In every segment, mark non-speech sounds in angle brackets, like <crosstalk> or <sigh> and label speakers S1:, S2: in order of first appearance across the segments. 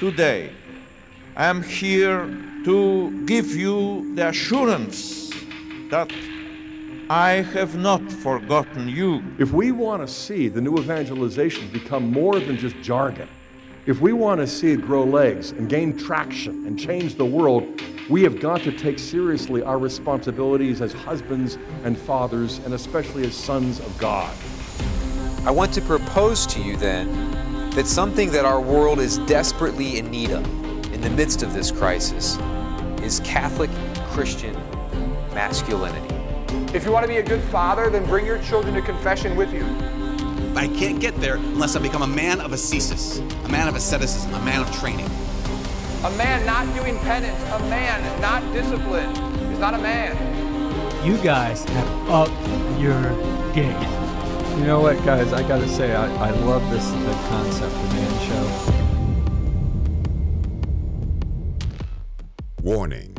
S1: today. I am here to give you the assurance that I have not forgotten you.
S2: If we want to see the new evangelization become more than just jargon, if we want to see it grow legs and gain traction and change the world, we have got to take seriously our responsibilities as husbands and fathers, and especially as sons of God.
S3: I want to propose to you then that something that our world is desperately in need of in the midst of this crisis is Catholic Christian masculinity.
S4: If you want to be a good father, then bring your children to confession with you.
S5: I can't get there unless I become a man of ascesis, a man of asceticism, a man of training.
S4: A man not doing penance, a man not disciplined, is not a man.
S6: You guys have up your game.
S7: You know what, guys? I gotta say, I, I love this the concept of man show.
S8: Warning: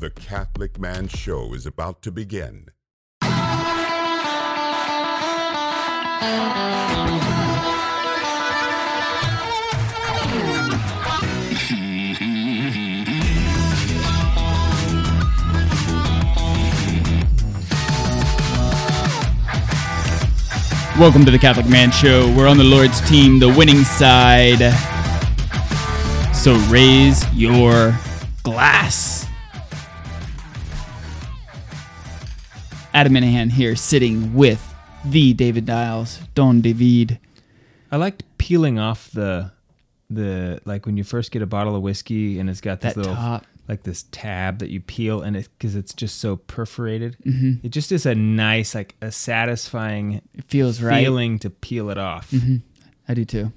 S8: The Catholic Man Show is about to begin.
S9: Welcome to the Catholic Man Show. We're on the Lord's team, the winning side. So raise your glass. Adam Minahan here, sitting with the David Dials, Don David.
S10: I liked peeling off the the like when you first get a bottle of whiskey and it's got this
S9: That
S10: little
S9: top.
S10: like this tab that you peel and it because it's just so perforated.
S9: Mhm.
S10: It just is a nice like a satisfying
S9: It feels right. Mm-hmm.
S10: feeling to peel it off.
S9: I do too.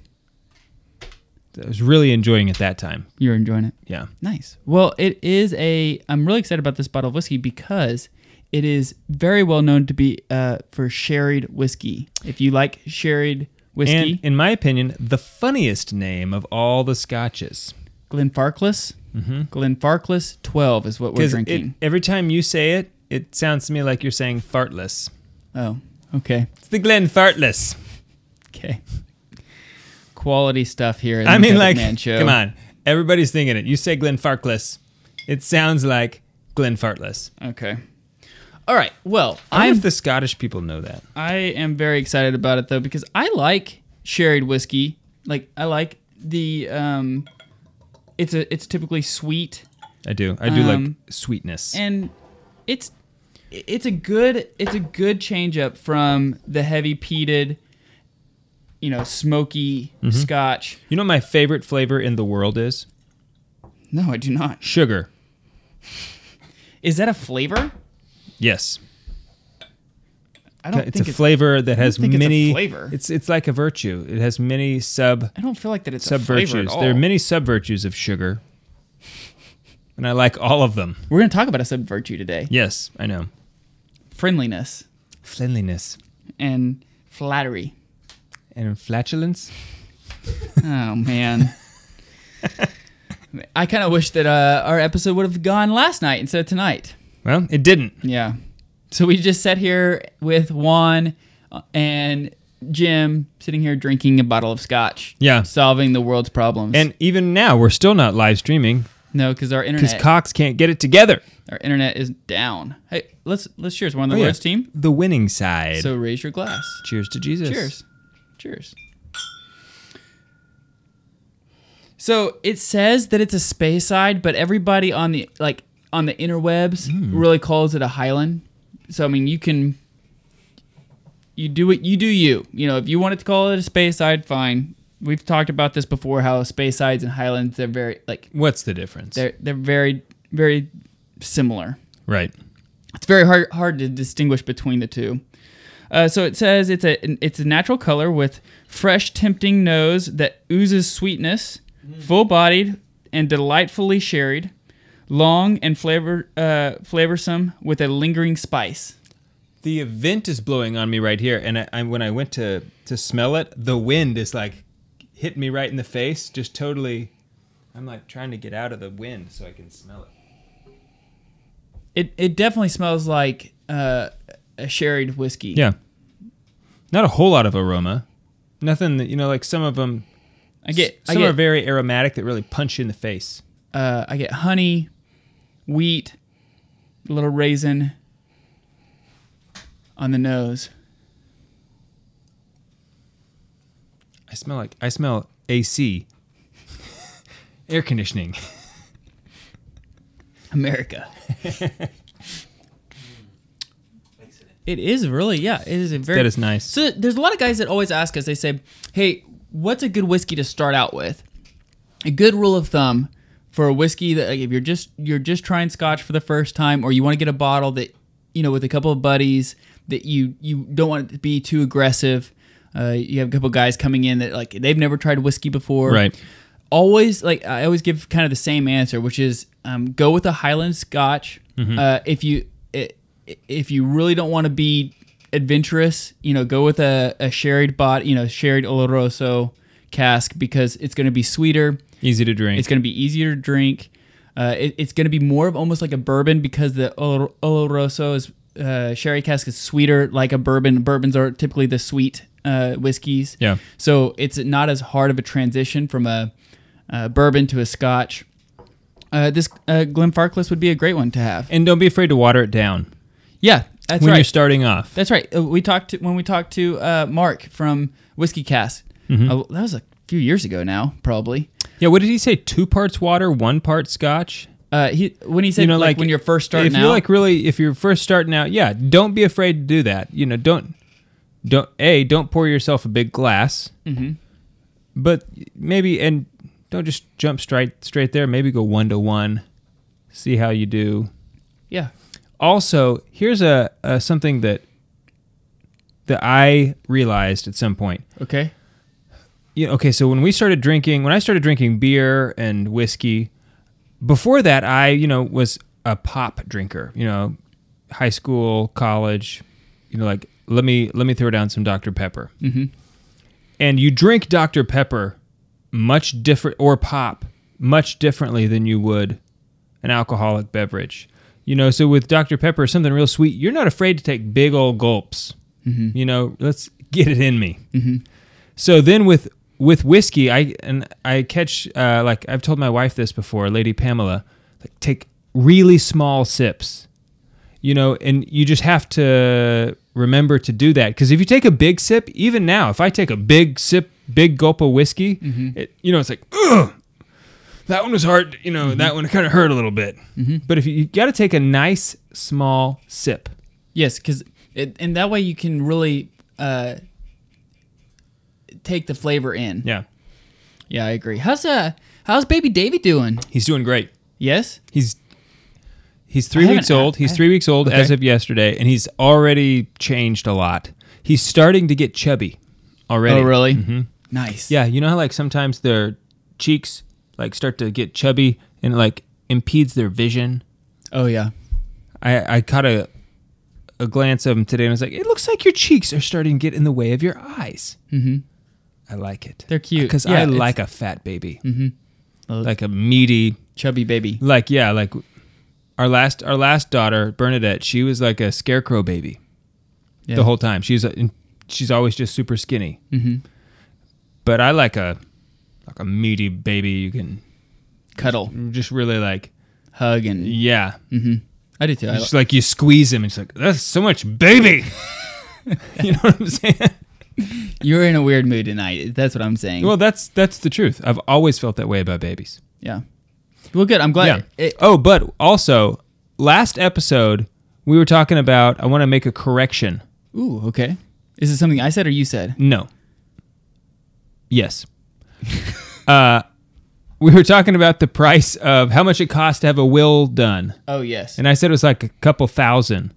S10: I was really enjoying it that time.
S9: You're enjoying it.
S10: Yeah.
S9: Nice. Well, it is a. I'm really excited about this bottle of whiskey because it is very well known to be uh, for sherried whiskey. If you like sherried whiskey,
S10: And in my opinion, the funniest name of all the scotches.
S9: Glenfarclas.
S10: Mm-hmm.
S9: Glenfarclas 12 is what we're
S10: Because
S9: drinking.
S10: every time you say it, it sounds to me like you're saying fartless.
S9: oh, okay.
S10: It's the Glen Fartless.
S9: Okay. Quality stuff here. in
S10: I
S9: the
S10: mean,
S9: Kevin
S10: like,
S9: Mann show.
S10: come on. Everybody's thinking it. You say Glenn Farkless, it sounds like Glenn Fartless.
S9: Okay. All right. Well,
S10: I wonder
S9: I'm
S10: if the Scottish people know that.
S9: I am very excited about it though because I like sherried whiskey. Like I like the um, it's a it's typically sweet
S10: I do. I do
S9: Um,
S10: like sweetness.
S9: and it's it's a good it's a good change up from the heavy peated, you know, smoky
S10: Mm-hmm.
S9: Scotch.
S10: you know what my favorite flavor in the world is?
S9: No, I do not.
S10: Sugar.
S9: Is that a flavor?
S10: Yes.
S9: I don't
S10: It's
S9: think
S10: a
S9: it's,
S10: flavor that has
S9: think it's a
S10: many
S9: flavor.
S10: It's it's like a virtue. It has many sub
S9: I don't feel like that it's
S10: sub
S9: a flavor at
S10: virtues.
S9: all.
S10: There are many sub virtues of sugar. And I like all of them.
S9: We're going to talk about a sub virtue today:
S10: Yes, I know.
S9: friendliness
S10: Cleanliness
S9: and flattery.
S10: and flatulence.
S9: Oh
S10: <laughs>
S9: man. I kind of wish that uh, our episode would have gone last night instead of tonight.
S10: Well, it didn't.
S9: Yeah. So we just sat here with Juan uh, and Jim sitting here drinking a bottle of scotch.
S10: Yeah.
S9: Solving the world's problems.
S10: And even now, we're still not live streaming
S9: no, because our
S10: because
S9: internet,
S10: Cox can't get it together.
S9: our internet is down. Hey, let's let's cheers.
S10: Oh,
S9: We're on the Lord's team.
S10: The winning side.
S9: So raise your glass.
S10: cheers to Jesus.
S9: Cheers. Cheers. So it says that it's a space side, but everybody on the like on the interwebs really calls it a Highland. So I mean, you can you do it, you do you. You know, if you wanted to call it a space side, fine. We've talked about this before how space sides and Highlands they're very like
S10: What's the difference?
S9: they're they're very very similar.
S10: Right.
S9: It's very hard hard to distinguish between the two. Uh, so it says it's a it's a natural color with fresh, tempting nose that oozes sweetness, full-bodied and delightfully sherried, long and flavor uh, flavorsome with a lingering spice.
S10: The event is blowing on me right here, and I, I, when I went to to smell it, the wind is like hit me right in the face, just totally. I'm like trying to get out of the wind so I can smell it.
S9: It it definitely smells like uh, a sherried whiskey.
S10: Yeah. Not a whole lot of aroma. Nothing that you know, like some of them.
S9: I get- I
S10: some
S9: get-
S10: are very aromatic that really punch you in the face.
S9: Uh, I get honey, wheat, a little raisin on the nose.
S10: I smell like I smell AC, air conditioning. <laughs>
S9: America. It is really, yeah. It is a very
S10: That is nice.
S9: So there's a lot of guys that always ask us. They say, "Hey, what's a good whiskey to start out with?" A good rule of thumb for a whiskey that like, if you're just you're just trying Scotch for the first time, or you want to get a bottle that you know with a couple of buddies that you you don't want it to be too aggressive. Uh, you have a couple guys coming in that like they've never tried whiskey before,
S10: Right.
S9: Always like I always give kind of the same answer, which is um, go with a Highland Scotch.
S10: Mhm.
S9: Uh, if you i- if you really don't want to be adventurous, you know, go with a, a sherried bot, you know, sherried Oloroso cask because it's going to be sweeter,
S10: Easy to drink.
S9: It's going to be easier to drink. Uh, it, it's going to be more of almost like a bourbon because the Olor- Oloroso is uh, sherry cask is sweeter, like a bourbon. Bourbons are typically the sweet uh, whiskeys.
S10: Yeah.
S9: So it's not as hard of a transition from a, uh bourbon to a Scotch. Uh, this uh, Glenfarclas would be a great one to have.
S10: And don't be afraid to water it down.
S9: Yeah, that's
S10: when
S9: right.
S10: you're starting off.
S9: That's right. Uh, We talked to, when we talked to uh, Mark from Whiskey Cast.
S10: Mhm.
S9: Uh, that was a few years ago now, probably.
S10: Yeah, what did he say? Two parts water, one part scotch.
S9: Uh, he when he said, like, when you're first starting
S10: if you're
S9: out-
S10: like really if you're first starting out, yeah, don't be afraid to do that. You know, don't don't a don't pour yourself a big glass.
S9: Mhm.
S10: But maybe and don't just jump straight straight there. Maybe go one to one, see how you do.
S9: Yeah.
S10: Also, here's a, a something that that I realized at some point.
S9: Okay.
S10: Yeah, okay, so when we started drinking, when I started drinking beer and whiskey, before that I, you know, was a pop drinker, you know, high school, college, you know, like let me let me throw down some Dr Pepper.
S9: Mhm.
S10: And you drink Dr Pepper much different or pop much differently than you would an alcoholic beverage. You know, so with Dr Pepper, something real sweet, you're not afraid to take big old gulps.
S9: Mhm.
S10: You know, let's get it in me.
S9: Mhm.
S10: So then with with whiskey, I and I catch uh, like I've told my wife this before, Lady Pamela, like take really small sips. You know, and you just have to remember to do that because if you take a big sip, even now, if I take a big sip, big gulp of whiskey,
S7: Mhm.
S10: it, you know, it's like, ugh, that one was hard. You know, that one kind of hurt a little bit. But if you, you got to take a nice small sip,
S9: Yes, because and that way you can really uh, take the flavor in.
S10: Yeah.
S9: Yeah, I agree. How's uh how's baby Davy doing?
S10: He's doing great.
S9: Yes.
S10: He's he's
S9: I
S10: three
S9: haven't
S10: weeks old.
S9: a-
S10: He's
S9: I-
S10: three weeks old
S9: Okay.
S10: as of yesterday, and he's already changed a lot. He's starting to get chubby already.
S9: Oh, really?
S10: hmm
S9: Nice.
S10: Yeah, you know how like sometimes their cheeks like start to get chubby and it, like impedes their vision.
S9: Oh yeah.
S10: I I caught a a glance of him today and I was like, it looks like your cheeks are starting to get in the way of your eyes.
S9: Mm-hmm.
S10: I like it.
S9: They're cute.
S10: because
S9: Yeah,
S10: I
S9: it's-
S10: like a fat baby,
S9: Mhm.
S10: like a meaty,
S9: chubby baby.
S10: Like yeah, like our last our last daughter Bernadette, she was like a scarecrow baby
S9: Yeah.
S10: the whole time. She's a, and she's always just super skinny.
S9: Mhm.
S10: But I like a like a meaty baby you can
S9: cuddle,
S10: just really like
S9: hug and
S10: yeah.
S9: Mm-hmm. I do too. I
S10: It's like you squeeze him. It's like that's so much
S9: <laughs>
S10: baby. <laughs> you know what I'm saying?
S9: You're in a weird mood tonight. That's what I'm saying.
S10: Well, that's that's the truth. I've always felt that way about babies.
S9: yeah. Well, good. I'm glad.
S10: Yeah. oh, but also last episode we were talking about. I want to make a correction.
S9: Ooh. Okay. Is it something I said or you said?
S10: No. Yes. uh, <laughs> we were talking about the price of how much it costs to have a will done.
S9: Oh, yes.
S10: And I said it was like a couple thousand.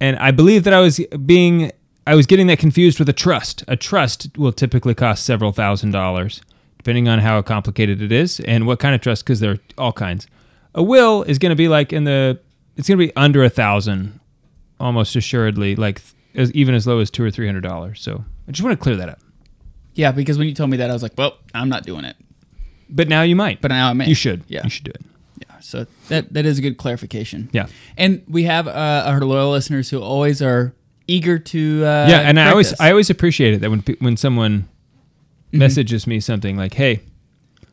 S10: And I believe that I was being I was getting that confused with a trust. A trust will typically cost several thousand dollars depending on how complicated it is and what kind of trust cuz there are all kinds. A will is going to be like in the it's going to be under a thousand almost assuredly like as, even as low as 2 or 300 dollars. So I just want to clear that up.
S9: Yeah, because when you told me that, I was like, well, I'm not doing it.
S10: But now you might.
S9: But now I may.
S10: You should.
S9: Yeah.
S10: You should do it.
S9: Yeah. So that that is a good clarification.
S10: Yeah.
S9: And we have uh, our loyal listeners who always are eager to. Uh,
S10: yeah, and I
S9: correct
S10: always
S9: us.
S10: I always appreciate it that when pe- when someone
S9: Mm-hmm.
S10: messages me something like, "Hey, I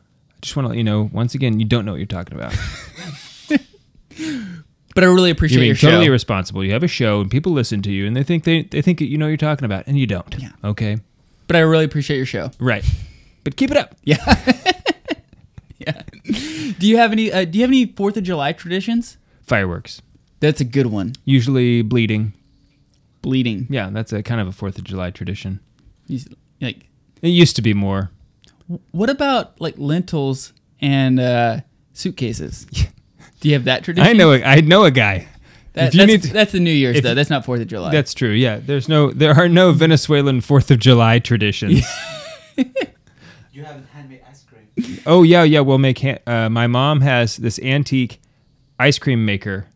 S10: just want to let you know once again, you don't know what you're
S9: <laughs>
S10: talking about."
S9: But I really appreciate
S10: You're being
S9: your show.
S10: totally responsible. You have a show, and people listen to you, and they think they they think you know what you're talking about, and you don't. Yeah. Okay.
S9: but I really appreciate your show.
S10: Right. But keep it up.
S9: Yeah. yeah. Do you have any? Uh, do you have any Fourth of July traditions?
S10: Fireworks.
S9: That's a good one.
S10: Usually bleeding.
S9: Bleeding.
S10: Yeah, that's a kind of a Fourth of July tradition.
S9: You s- Like,
S10: It used to be more.
S9: what about like lentils and uh, suitcases? <laughs> Do you have that tradition?
S10: I know. A, I know a guy.
S9: That,
S10: if you
S9: that's,
S10: need to-
S9: that's the New Year's
S10: if-
S9: though. That's not Fourth of July.
S10: That's true. Yeah, there's no, there are no Venezuelan Fourth of July traditions.
S7: You have handmade ice cream.
S10: oh yeah, yeah. We'll make. Ha- uh, my mom has this antique ice cream maker,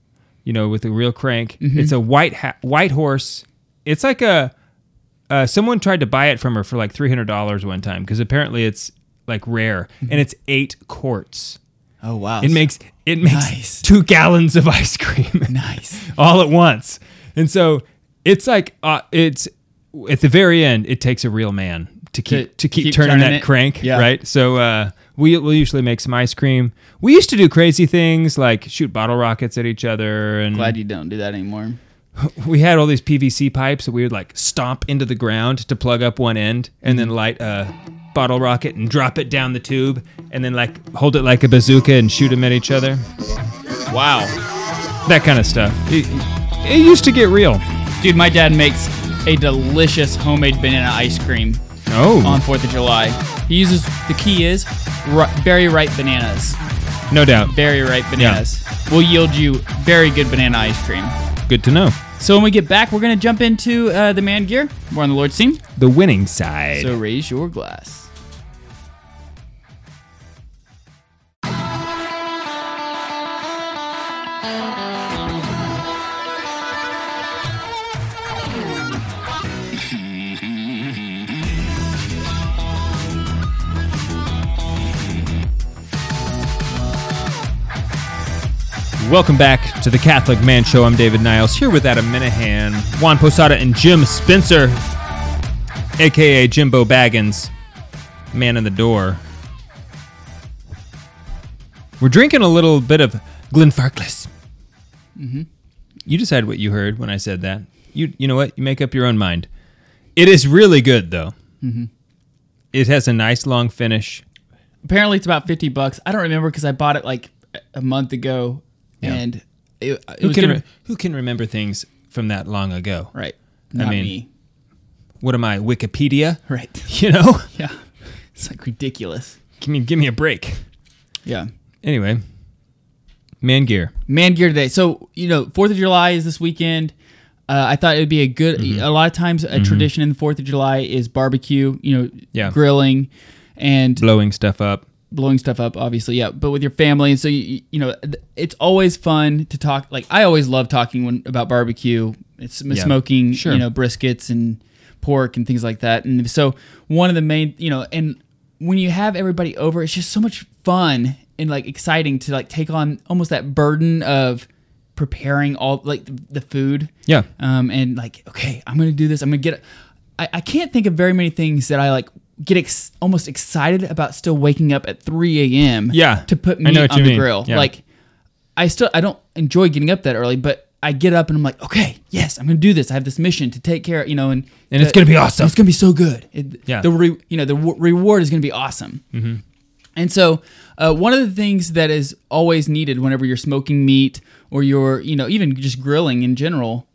S10: you know, with a real crank. It's a white ha- white horse. It's like a. Uh, someone tried to buy it from her for like three hundred dollars one time because apparently it's like rare and it's eight quarts.
S9: oh wow.
S10: It makes it makes
S9: Nice.
S10: two gallons of ice cream. <laughs>
S9: nice.
S10: all at once. And so it's like uh, it's at the very end. It takes a real man to keep to, keep, turning, that
S9: it.
S10: crank,
S9: Yeah.
S10: right? So uh, we will usually make some ice cream. We used to do crazy things like shoot bottle rockets at each other, and
S9: Glad you don't do that anymore.
S10: Mm. we had all these PVC pipes that we would like stomp into the ground to plug up one end, and then light a bottle rocket and drop it down the tube, and then like hold it like a bazooka and shoot them at each other.
S9: Wow.
S10: That kind of stuff. It, it used to get real.
S9: Dude, my dad makes a delicious homemade banana ice cream
S10: Oh,
S9: on Fourth of July. He uses the key is ri- very ripe bananas.
S10: no doubt.
S9: Very ripe bananas will yield you very good banana ice cream.
S10: Good to know.
S9: So when we get back, we're gonna jump into uh, the man gear. We're on the Lord's team.
S10: The winning side.
S9: So raise your glass.
S10: Welcome back to the Catholic Man Show. I'm David Niles here with Adam Minahan, Juan Posada, and Jim Spencer, aka Jimbo Baggins, man in the door. We're drinking a little bit of Glenfarclas. Mm-hmm. You decide what you heard when I said that. You you know what? You make up your own mind. It is really good though. Mm-hmm. It has a nice long finish.
S9: Apparently, it's about fifty bucks. I don't remember because I bought it like a- a month ago,
S10: Yeah.
S9: and it, it
S10: Who
S9: was
S10: can
S9: gonna-
S10: re- who can remember things from that long ago?
S9: right. Not
S10: mean-
S9: me.
S10: What am I, Wikipedia?
S9: <laughs> Right.
S10: <laughs> You know?
S9: Yeah. It's like ridiculous.
S10: Give me, give me a break.
S9: Yeah.
S10: Anyway, man gear.
S9: Man gear today. So, you know, 4th of July is this weekend. Uh, I thought it would be a good, a lot of times a tradition in the 4th of July is barbecue, you know,
S10: Yeah.
S9: grilling and
S10: Blowing stuff up.
S9: blowing stuff up, obviously. Yeah. But with your family. And so, you, you know, th- it's always fun to talk. Like, I always love talking when, about barbecue. It's m-
S10: Yeah.
S9: smoking,
S10: Sure.
S9: you know, briskets and pork and things like that. And so, one of the main, you know, and when you have everybody over, it's just so much fun and like exciting to like take on almost that burden of preparing all like the, the food
S10: Yeah.
S9: um, and like okay i'm gonna do this i'm gonna get I, I can't think of very many things that i like get ex- almost excited about still waking up at 3 a.m
S10: Yeah,
S9: to put
S10: I
S9: meat
S10: know what
S9: on
S10: you
S9: the
S10: mean.
S9: grill
S10: Yeah.
S9: like i still i don't enjoy getting up that early but i get up and i'm like okay yes i'm gonna do this i have this mission to take care you know and
S10: And it's
S9: the-
S10: gonna be awesome.
S9: it's gonna be so good It-
S10: Yeah. Mm-hmm.
S9: the re, you know the w- reward is gonna be awesome and so, uh, one of the things that is always needed whenever you're smoking meat or you're, you know, even just grilling in general,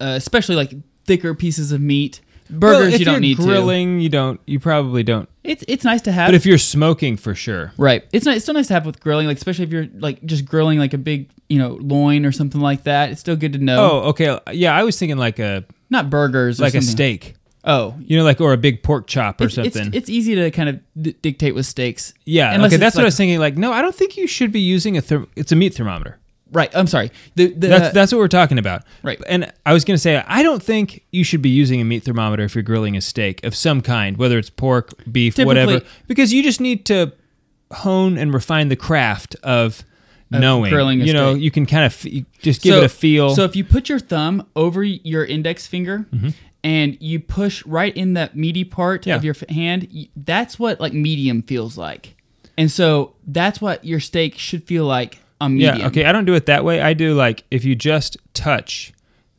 S9: uh, especially like thicker pieces of meat, burgers
S10: Well, if
S9: you don't
S10: you're
S9: need to.
S10: Grilling, you don't. You probably don't.
S9: It's it's nice to have.
S10: But if you're smoking, for sure.
S9: right, it's not. It's still nice to have with grilling, like especially if you're like just grilling like a big, you know, loin or something like that. It's still good to know.
S10: Oh, okay. Yeah, I was thinking like a
S9: not burgers, or
S10: like a
S9: something.
S10: steak.
S9: Oh.
S10: You know, like or a big pork chop or
S9: It's, it's,
S10: something.
S9: it's easy to kind of d- dictate with steaks.
S10: yeah.
S9: Unless
S10: Okay,
S9: it's,
S10: that's what
S9: like-
S10: I was thinking. Like, no, I don't think you should be using a. Therm- it's a meat thermometer.
S9: Right. I'm sorry. The, the,
S10: That's that's what we're talking about.
S9: Right.
S10: And I was going to say I don't think you should be using a meat thermometer if you're grilling a steak of some kind, whether it's pork, beef, whatever,
S9: Typically-
S10: because you just need to hone and refine the craft of, knowing.
S9: grilling a
S10: you know,
S9: steak.
S10: you can kind of f- you just give it a feel. Mm-hmm.
S9: So if you put your thumb over your index finger and you push right in that meaty part of your f- hand. y- That's what like medium feels like, and so that's what your steak should feel like on medium.
S10: Yeah. Okay. I don't do it that way. I do like if you just touch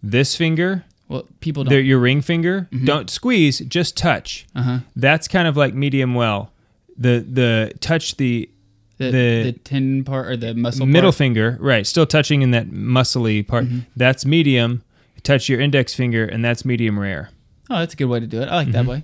S10: this finger.
S9: Well, people
S10: their-
S9: don't.
S10: your ring finger.
S9: Mhm.
S10: Don't squeeze. Just touch.
S9: Uh-huh.
S10: That's kind of like medium well. The the touch the
S9: The, the,
S10: the,
S9: tendon part or the muscle
S10: middle
S9: part.
S10: finger right still touching in that muscly part.
S9: Mhm.
S10: That's medium. Touch your index finger and that's medium rare.
S9: Oh, that's a good way to do it. I like
S10: Mm-hmm.
S9: that way.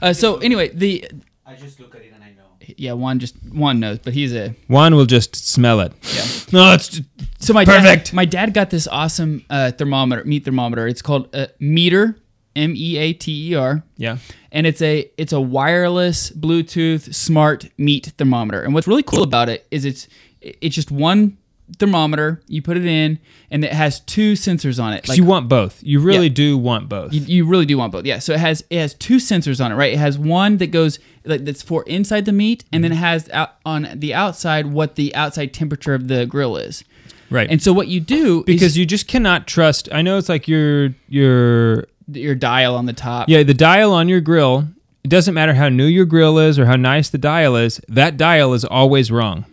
S9: Uh, so anyway, the
S11: I just look at it and I know.
S9: yeah Juan just Juan knows, but he's a
S10: Juan will just smell it.
S9: Yeah.
S10: <laughs> No, it's
S9: so my
S10: perfect.
S9: Dad, my dad got this awesome uh, thermometer, meat thermometer. It's called uh, Meter, M E A T E R.
S10: Yeah.
S9: And it's a it's a wireless Bluetooth smart meat thermometer. And what's really cool about it is it's it's just one thermometer. You put it in, and it has two sensors on it.
S10: 'Cause you want both. You really do want both.
S9: You, you really do want both. Yeah. So it has it has two sensors on it, right? It has one that goes like that's for inside the meat, and
S10: Mm-hmm.
S9: then it has out on the outside what the outside temperature of the grill is.
S10: Right.
S9: And so what you do
S10: because
S9: is
S10: you just cannot trust. I know it's like your your
S9: your dial on the top.
S10: Yeah, the dial on your grill. It doesn't matter how new your grill is or how nice the dial is. That dial is always wrong.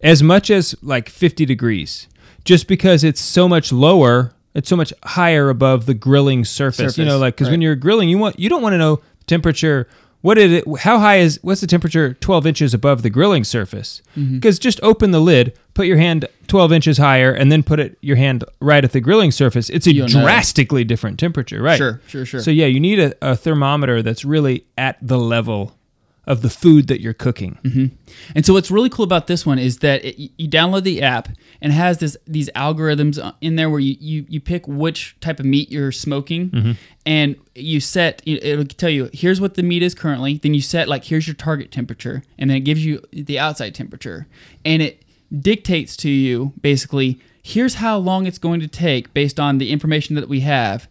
S10: As much as like 50 degrees, just because it's so much lower, it's so much higher above the grilling surface. You know,
S9: Surface,
S10: like because when
S9: right.
S10: you're grilling, you want you don't want to know temperature. What is it? How high is? What's the temperature? 12 inches above the grilling surface.
S9: Mhm.
S10: Because just open the lid, put your hand 12 inches higher, and then put it your hand right at the grilling surface. It's a
S9: You'll know.
S10: drastically different temperature, right?
S9: Sure, sure, sure.
S10: So yeah, you need a, a thermometer that's really at the level of the food that you're cooking.
S9: hmm And so what's really cool about this one is that it, you download the app and it has this these algorithms uh, in there where you, you, you pick which type of meat you're smoking
S10: Mhm.
S9: and you set it- it'll tell you here's what the meat is currently then you set like here's your target temperature and then it gives you the outside temperature and it dictates to you basically here's how long it's going to take based on the information that we have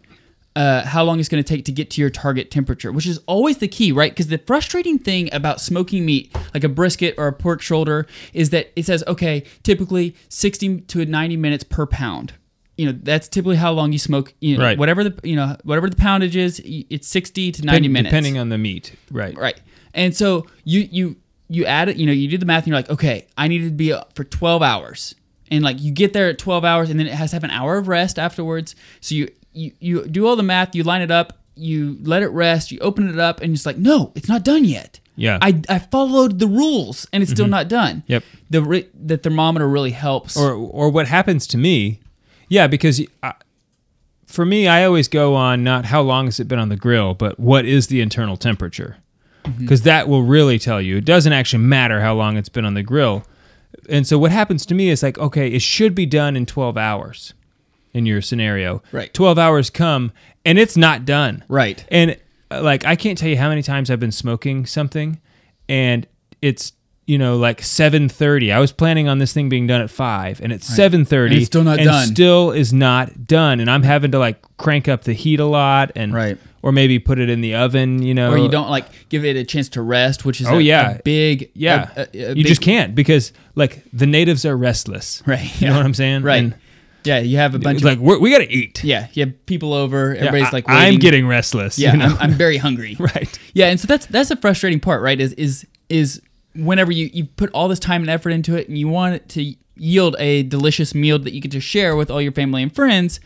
S9: uh, how long it's going to take to get to your target temperature, which is always the key, right? Because the frustrating thing about smoking meat, like a brisket or a pork shoulder, is that it says, okay, typically 60 to 90 minutes per pound. You know, that's typically how long you smoke. You know,
S10: Right.
S9: Whatever the you know whatever the poundage is, y- it's 60 to 90
S10: Depend-
S9: minutes,
S10: depending on the meat. Right.
S9: Right. And so you you you add it, you know, you do the math and you're like, okay, I need to be up for 12 hours. And like you get there at 12 hours and then it has to have an hour of rest afterwards. So you you you do all the math, you line it up, you let it rest, you open it up and it's like, no, it's not done yet.
S10: Yeah.
S9: I, I followed the rules and it's still
S10: Mhm.
S9: not done.
S10: Yep.
S9: The re- the thermometer really helps.
S10: Or or what happens to me? Yeah, because I, for me, I always go on not how long has it been on the grill, but what is the internal temperature?
S9: Mm-hmm.
S12: Mhm.
S10: Because that will really tell you. It doesn't actually matter how long it's been on the grill. And so what happens to me is like, okay, it should be done in 12 hours in your scenario. Right. 12 hours come and it's not done.
S9: Right.
S10: And uh, like, I can't tell you how many times I've been smoking something and it's, you know, like 7:30. I was planning on this thing being done at 5 and it's
S9: Right.
S10: 7:30
S9: And it's still not
S10: and
S9: done.
S10: Still is not done and I'm having to like crank up the heat a lot and right. or maybe put it in the oven, you know.
S9: or you don't like give it a chance to rest, which is
S10: uh, Oh
S9: a, a
S10: yeah,
S9: big
S10: yeah.
S9: a- a- a
S10: you
S9: big-
S10: just can't because like the natives are restless,
S9: <laughs> Right.
S10: You know
S9: yeah.
S10: what I'm saying?
S9: Right.
S10: And
S9: yeah, you have a bunch
S10: it's
S9: of
S10: like we're, we got to eat.
S9: Yeah, you have people over. Everybody's
S10: I-
S9: like,
S10: I'm
S9: waiting.
S10: getting restless,
S9: Yeah,
S10: you know? <laughs>
S9: I'm, I'm very hungry.
S10: right.
S9: Yeah, and so that's that's a frustrating part, right? Is is is whenever you you put all this time and effort into it, and you want it to yield a delicious meal that you get to share with all your family and friends,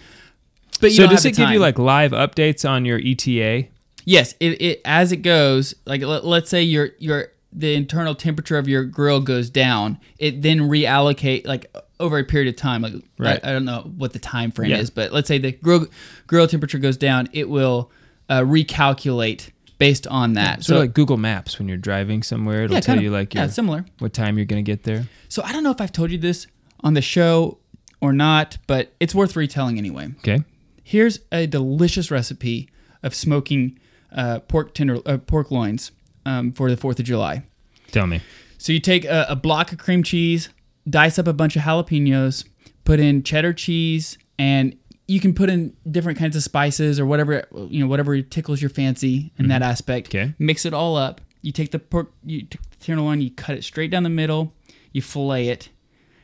S9: but you
S10: so
S9: don't
S10: does
S9: have
S10: it
S9: the
S10: give you
S9: time.
S10: like live updates on your E ETA?
S9: Yes, it, it as it goes, like let, let's say your your the internal temperature of your grill goes down, it then reallocate like over a period of time. Like
S10: Right.
S9: I, I don't know what the time frame
S10: Yeah.
S9: is, but let's say the grill grill temperature goes down, it will uh, recalculate based on that.
S10: Sort of like Google Maps when you're driving somewhere, it'll
S9: Uh, Yeah,
S10: tell
S9: kinda.
S10: you like
S9: Yeah,
S10: your-
S9: similar.
S10: what time you're gonna get there.
S9: so I don't know if I've told you this on the show or not, but it's worth retelling anyway.
S10: Okay.
S9: Here's a delicious recipe of smoking uh, pork tender uh, pork loins um, for the Fourth of July.
S10: Tell me.
S9: So you take a, a block of cream cheese, dice up a bunch of jalapenos, put in cheddar cheese, and you can put in different kinds of spices or whatever you know, whatever tickles your fancy in that
S10: Mhm.
S9: aspect.
S10: Okay.
S9: Mix it all up. You take the pork, you take the tenderloin, you cut it straight down the middle, you fillet it,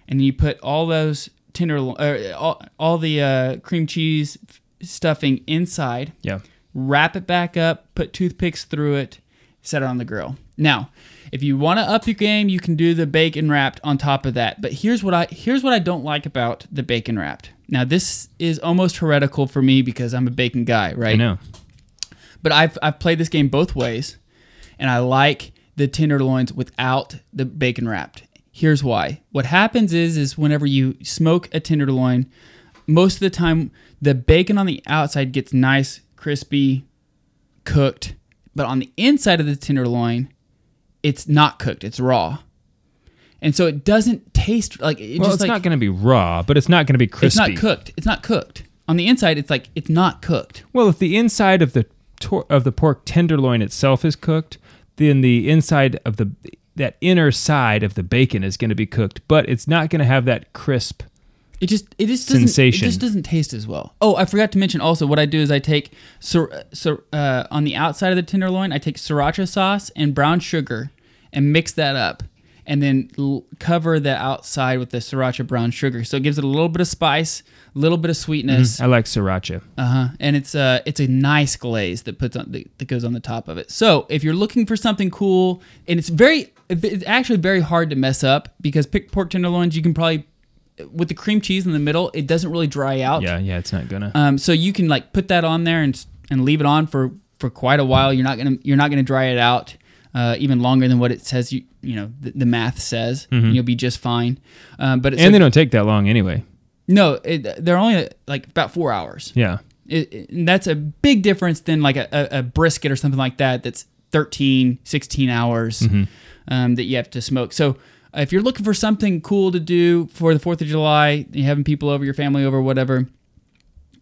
S9: and then you put all those uh, tenderloin, or all, all the uh, cream cheese f- stuffing inside.
S10: Yeah.
S9: wrap it back up, put toothpicks through it, set it on the grill. Now, if you want to up your game, you can do the bacon wrapped on top of that. But here's what I here's what I don't like about the bacon wrapped. Now, this is almost heretical for me because I'm a bacon guy, right?
S10: I know.
S9: But I've I've played this game both ways, and I like the tenderloins without the bacon wrapped. Here's why. What happens is is whenever you smoke a tenderloin, most of the time the bacon on the outside gets nice, crispy, cooked, but on the inside of the tenderloin, it's not cooked. It's raw. And so it doesn't taste like it
S10: well,
S9: just
S10: it's
S9: like
S10: not going to be raw, but it's not going to be
S9: it's
S10: crispy.
S9: not cooked. It's not cooked. On the inside, it's like it's not cooked.
S10: Well, if the inside of the tor- of the pork tenderloin itself is cooked, then the inside of the that inner side of the bacon is going to be cooked, but it's not going to have that crisp.
S9: It just it just doesn't
S10: Sensation.
S9: It just doesn't taste as well. Oh, I forgot to mention also what I do is I take so so uh, on the outside of the tenderloin I take sriracha sauce and brown sugar and mix that up and then l- cover the outside with the sriracha brown sugar. So it gives it a little bit of spice, a little bit of sweetness.
S10: I like sriracha.
S9: Uh huh. And it's uh it's a nice glaze that puts on that, that goes on the top of it. So if you're looking for something cool, and it's very it's actually very hard to mess up because pick pork tenderloins you can probably with the cream cheese in the middle it doesn't really dry out.
S10: Yeah, yeah, it's not gonna.
S9: Um, so you can like put that on there and s- and leave it on for for quite a while. You're not gonna you're not gonna dry it out uh, even longer than what it says you you know the, the math says.
S10: Mhm.
S9: You'll be just fine. Um, but it's
S10: and
S9: a-
S10: they don't take that long anyway.
S9: no, it, they're only like about four hours.
S10: Yeah.
S9: It, it- and that's a big difference than like a, a, a brisket or something like that that's 13, 16 hours
S10: Mhm.
S9: um, that you have to smoke. So uh, if you're looking for something cool to do for the 4th of July, you're having people over, your family over, whatever,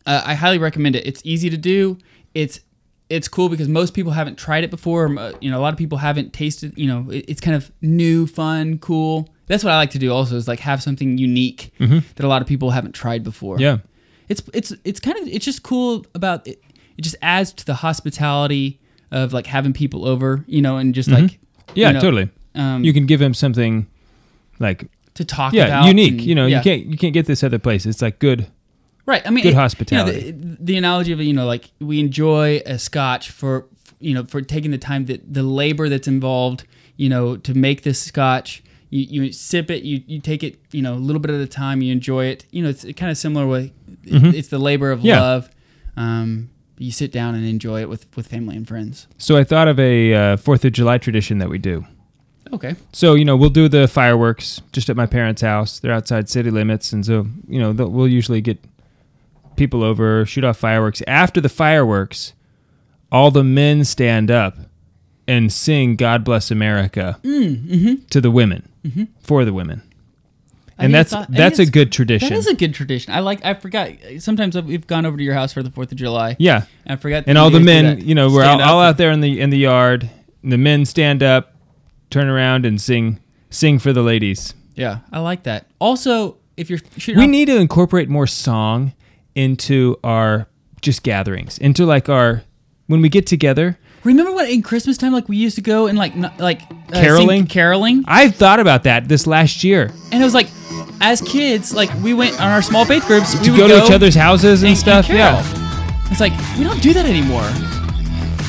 S9: uh, I highly recommend it. It's easy to do. It's it's cool because most people haven't tried it before. Um, uh, You know, a lot of people haven't tasted. You know, it- it's kind of new, fun, cool. That's what I like to do. Also, is like have something unique
S10: Mhm.
S9: that a lot of people haven't tried before.
S10: Yeah.
S9: it's it's it's kind of it's just cool about it. It just adds to the hospitality of like having people over. You know, and just
S10: Mhm.
S9: like
S10: Yeah,
S9: you know,
S10: totally.
S9: Um,
S10: you can give him something like
S9: to talk
S10: yeah,
S9: about
S10: unique.
S9: and-
S10: you know,
S9: yeah.
S10: you can't you can't get this other place. It's like good.
S9: Right. I mean,
S10: good
S9: it-
S10: hospitality.
S9: You know, the, the analogy of you know, like we enjoy a scotch for you know for taking the time that the labor that's involved, you know, to make this scotch. You, you sip it, you, you take it, you know, a little bit at a time. You enjoy it. You know, it's kind of similar way.
S10: Mhm.
S9: It's the labor of
S10: Yeah.
S9: love. Um, you sit down and enjoy it with with family and friends.
S10: So I thought of a uh, Fourth of July tradition that we do.
S9: Okay.
S10: So you know we'll do the fireworks just at my parents' house. They're outside city limits, and so you know th- we'll usually get people over, shoot off fireworks. After the fireworks, all the men stand up and sing "God Bless America"
S9: Mm, mhm.
S10: to the women
S9: Mhm.
S10: for the women,
S9: I think
S10: and that's
S9: it's- I think
S10: that's a
S9: it's-
S10: good tradition.
S9: That is a good tradition. I like. I forgot. Sometimes I've- we've gone over to your house for the Fourth of July.
S10: Yeah,
S9: And I forgot. that
S10: And all
S9: you
S10: the
S9: guys do
S10: men,
S9: that.
S10: you know, we're all,
S9: Stand up
S10: all out there in the in the yard. And the men stand up, turn around, and sing sing for the ladies.
S9: Yeah, I like that. Also, if you're shooting
S10: We
S9: off-
S10: need to incorporate more song into our just gatherings, into like our when we get together.
S9: remember when in Christmas time, like we used to go and like n- like uh, sing
S10: Caroling?
S9: caroling,
S10: I thought about that this last year.
S9: and it was like as kids, like we went on our small faith groups, we
S10: To
S9: would
S10: go to each other's houses and
S9: and
S10: stuff,
S9: carol.
S10: yeah.
S9: It's like we don't do that anymore.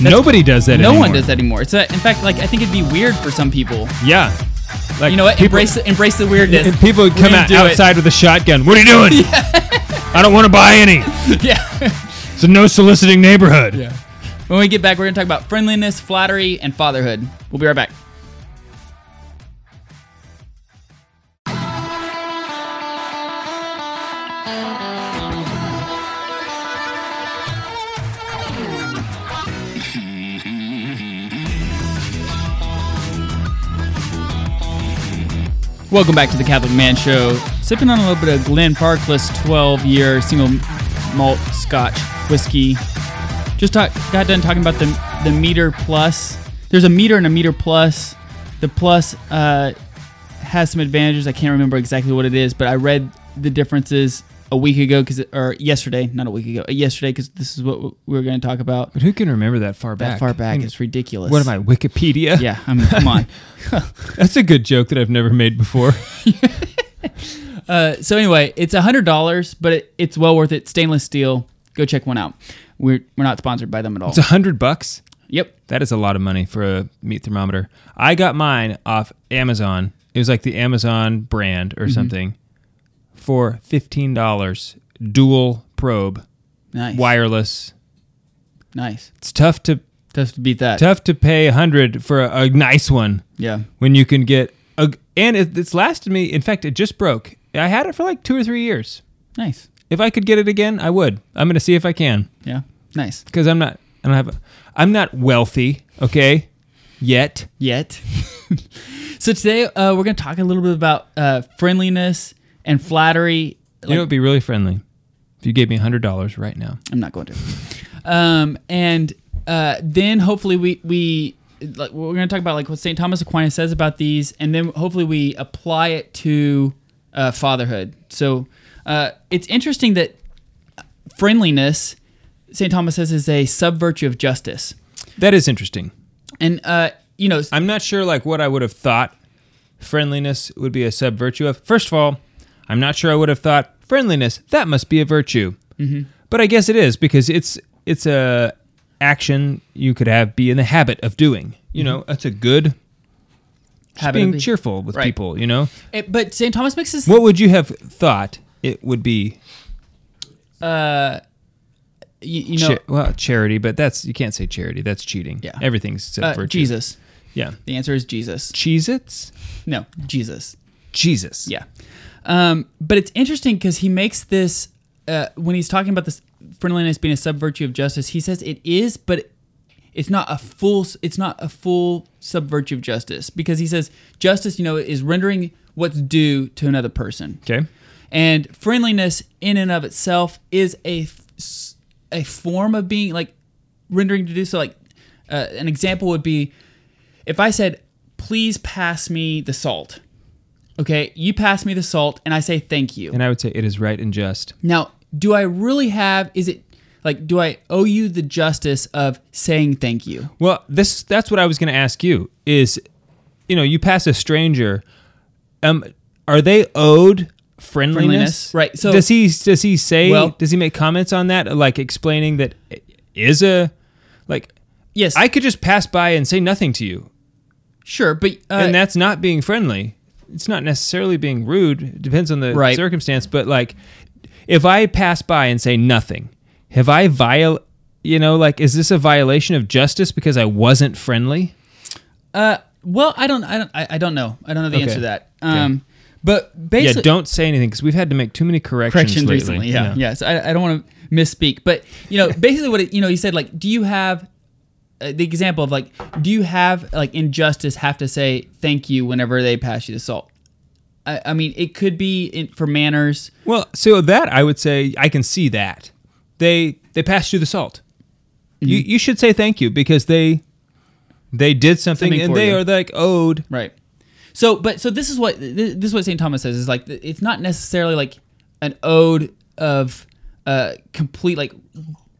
S10: Nobody does that.
S9: no
S10: anymore.
S9: one does that anymore. It's a, in fact, like I think it'd be weird for some people.
S10: Yeah, like
S9: you know what? embrace the, embrace the weirdness.
S10: and people would
S9: We're
S10: come
S9: gonna
S10: out
S9: do it.
S10: outside with a shotgun. What are you doing?
S9: <laughs>
S10: I don't want to buy any.
S9: yeah.
S10: It's a no soliciting neighborhood.
S9: Yeah. When we get back, we're gonna talk about friendliness, flattery, and fatherhood. We'll be right back. Welcome back to the Catholic Man Show. Sipping on a little bit of Glen Parkless 12 year single malt scotch whiskey. Just talk, got done talking about the, the meter plus. There's a meter and a meter plus. The plus uh, has some advantages. I can't remember exactly what it is, but I read the differences a week ago, cause, it- or yesterday, not a week ago, uh, yesterday, because this is what we were going to talk about.
S10: But who can remember that far
S9: That
S10: back?
S9: far back,
S10: And
S9: it's ridiculous.
S10: What am I, Wikipedia?
S9: Yeah, I mean, come on.
S10: <laughs> That's a good joke that I've never
S9: <laughs>
S10: made before.
S9: Uh, so anyway, it's a hundred dollars, but it, it's well worth it. Stainless steel. Go check one out. We're we're not sponsored by them at all.
S10: It's a hundred bucks.
S9: Yep.
S10: That is a lot of money for a meat thermometer. I got mine off Amazon. It was like the Amazon brand or
S9: Mhm.
S10: something for fifteen dollars. Dual probe.
S9: Nice.
S10: Wireless.
S9: Nice.
S10: It's tough to
S9: tough to beat that.
S10: Tough to pay a hundred for a, a nice one.
S9: Yeah.
S10: When you can get a and it, it's lasted me. In fact, it just broke. I had it for like two or three years.
S9: Nice.
S10: If I could get it again, I would. I'm gonna see if I can.
S9: Yeah. Nice.
S10: Because I'm not. I don't have. A, I'm not wealthy. Okay. Yet.
S9: Yet. <laughs> so today uh, we're gonna talk a little bit about uh, friendliness and flattery.
S10: you know, it'd be really friendly if you gave me a hundred dollars right now.
S9: I'm not going to. um, and uh, then hopefully we we like we're going to talk about like what St. Thomas Aquinas says about these, and then hopefully we apply it to uh, fatherhood. So uh, it's interesting that friendliness, St. Thomas says, is a sub virtue of justice.
S10: That is interesting.
S9: And uh, you know,
S10: I'm not sure like what I would have thought friendliness would be a sub virtue of. First of all, I'm not sure I would have thought friendliness that must be a virtue.
S9: Mhm.
S10: But I guess it is because it's it's a action you could have be in the habit of doing. You know,
S9: Mhm.
S10: that's a good just
S9: Habit of
S10: being
S9: being-
S10: cheerful with
S9: Right.
S10: people, you know.
S9: It- but St. Thomas makes this.
S10: What would you have thought it would be?
S9: Uh, you, you know,
S10: Cha- well, charity, but that's you can't say charity. That's cheating.
S9: Yeah.
S10: everything's sub
S9: Uh,
S10: virtue.
S9: Jesus.
S10: Yeah.
S9: The answer is Jesus.
S10: Cheez Its?
S9: No, Jesus.
S10: Jesus.
S9: Yeah. Um, but it's interesting because he makes this, uh, when he's talking about this friendliness being a sub virtue of justice, he says it is, but it's not a full, it's not a full sub virtue of justice because he says justice, you know, is rendering what's due to another person.
S10: Okay.
S9: And friendliness in and of itself is a, f- s- a form of being like rendering to do so. Like uh, an example would be if I said, please pass me the salt. Okay, you pass me the salt and I say thank you.
S10: And I would say it is right and just.
S9: Now, do I really have is it like do I owe you the justice of saying thank you?
S10: Well, this that's what I was going to ask you is you know, you pass a stranger um are they owed friendliness?
S9: Friendliness, right, so-
S10: does he does he say
S9: Well-
S10: does he make comments on that like explaining that it is a like
S9: Yes.
S10: I could just pass by and say nothing to you.
S9: Sure, but uh,
S10: and that's not being friendly. It's not necessarily being rude. It depends on the
S9: Right.
S10: circumstance. But like, if I pass by and say nothing, have I viol? You know, like, is this a violation of justice because I wasn't friendly?
S9: uh well, I don't I don't I, I don't know. I don't know the
S10: Okay.
S9: answer to that.
S10: Okay.
S9: Um but basically
S10: yeah, don't say anything because we've had to make too many corrections,
S9: corrections
S10: lately.
S9: recently. Yeah, yeah. So I, I don't want to misspeak, but you know, basically what it, you know, he said like, do you have uh, the example of like, do you have like injustice have to say thank you whenever they pass you the salt? I, I mean, it could be in, for manners.
S10: Well, so that I would say I can see that they they passed you the salt. You
S9: Mm-hmm.
S10: you should say thank you because they they did something,
S9: Something
S10: and
S9: for
S10: they
S9: you.
S10: are like owed.
S9: Right. So, but so this is what th- this is what St. Thomas says is like th- it's not necessarily like an ode of uh complete like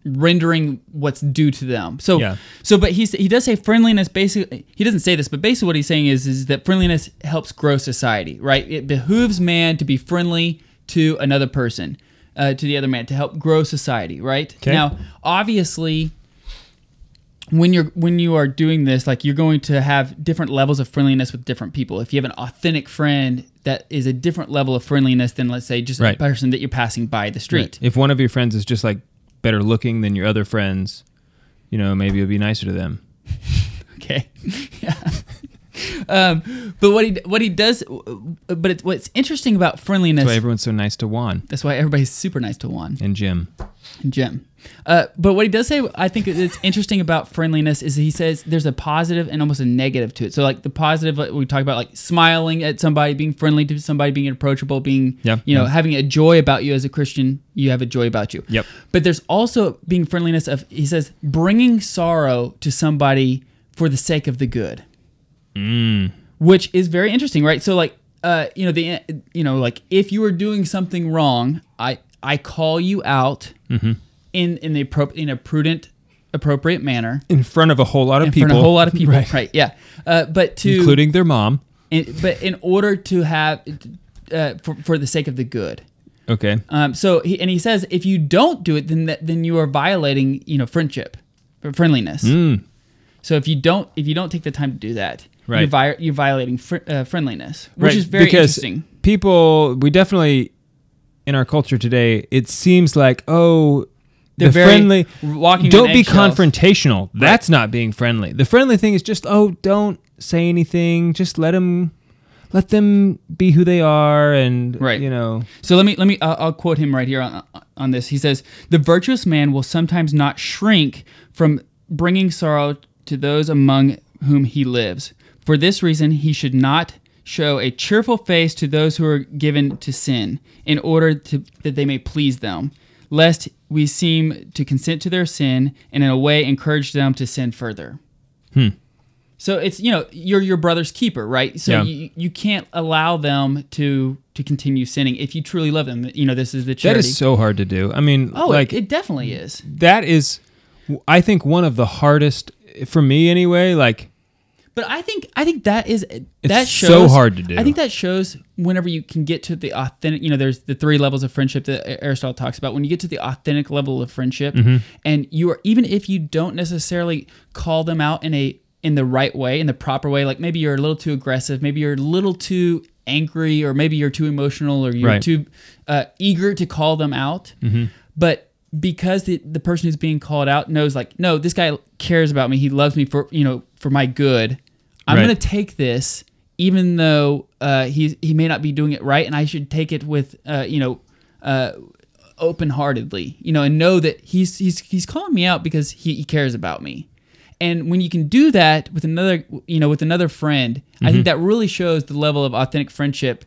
S9: rendering what's due to them. So
S10: Yeah.
S9: so but he he does say friendliness basically he doesn't say this but basically what he's saying is is that friendliness helps grow society, right? It behooves man to be friendly to another person, uh, to the other man to help grow society, right?
S10: Okay.
S9: Now, obviously when you're when you are doing this like you're going to have different levels of friendliness with different people if you have an authentic friend that is a different level of friendliness than let's say just
S10: Right.
S9: a person that you're passing by the street
S10: If one of your friends is just like better looking than your other friends, you know, maybe it'll be nicer to them.
S9: okay <laughs> yeah um, but what he what he does but it's what's interesting about friendliness
S10: That's why everyone's so nice to Juan
S9: that's why everybody's super nice to Juan
S10: and Jim.
S9: Jim. Uh, but what he does say, I think it's interesting about friendliness is he says there's a positive and almost a negative to it. So like the positive, like we talk about like smiling at somebody, being friendly to somebody, being approachable, being
S10: Yeah,
S9: you know
S10: yeah.
S9: having a joy about you as a Christian. You have a joy about you.
S10: Yep.
S9: But there's also being friendliness of he says bringing sorrow to somebody for the sake of the good
S10: Mm.
S9: which is very interesting, right? So like, uh, you know the you know like if you are doing something wrong, I I call you out
S10: Mhm.
S9: in in the appro- in a prudent, appropriate manner
S10: In front of a whole lot of
S9: in
S10: people.
S9: front of a whole lot of
S10: <laughs>
S9: people, right? yeah, uh, but to
S10: Including their mom.
S9: in, but in order to have uh, for, for the sake of the good,
S10: Okay.
S9: Um, so he, and he says if you don't do it, then that, then you are violating you know friendship, or friendliness.
S10: Mm.
S9: So if you don't if you don't take the time to do that,
S10: Right.
S9: you're, vi- you're violating fr- uh, friendliness, which is very
S10: because
S9: interesting.
S10: People, we definitely in our culture today, it seems like oh,
S9: They're
S10: the
S9: very
S10: friendly.
S9: walking on
S10: don't be
S9: eggshells.
S10: confrontational. That's not being friendly. The friendly thing is just oh, don't say anything. Just let them, let them be who they are, and
S9: Right.
S10: you know,
S9: So let me let me I'll I'll quote him right here on on this. He says, "The virtuous man will sometimes not shrink from bringing sorrow to those among whom he lives. For this reason, he should not show a cheerful face to those who are given to sin, in order to, that they may please them, lest we seem to consent to their sin and in a way encourage them to sin further."
S10: Hmm.
S9: So it's you know you're your brother's keeper, right? So
S10: Yeah.
S9: you, you can't allow them to to continue sinning if you truly love them. You know this is the charity.
S10: that is so hard to do. I mean,
S9: oh,
S10: like
S9: it, it definitely is.
S10: that is, I think one of the hardest for me anyway. Like
S9: But I think I think that is that
S10: It's
S9: shows
S10: so hard to do.
S9: I think that shows whenever you can get to the authentic. You know, there's the three levels of friendship that A- Aristotle talks about. When you get to the authentic level of friendship,
S10: Mm-hmm.
S9: and you are even if you don't necessarily call them out in a in the right way, in the proper way, like maybe you're a little too aggressive, maybe you're a little too angry, or maybe you're too emotional, or you're
S10: Right.
S9: too uh, eager to call them out. But because the, the person who's being called out knows, like, no, this guy cares about me. He loves me for you know for my good. I'm
S10: Right.
S9: gonna take this, even though uh, he he may not be doing it right, and I should take it with uh, you know uh, open heartedly, you know, and know that he's he's he's calling me out because he, he cares about me. And when you can do that with another, you know, with another friend, I think that really shows the level of authentic friendship,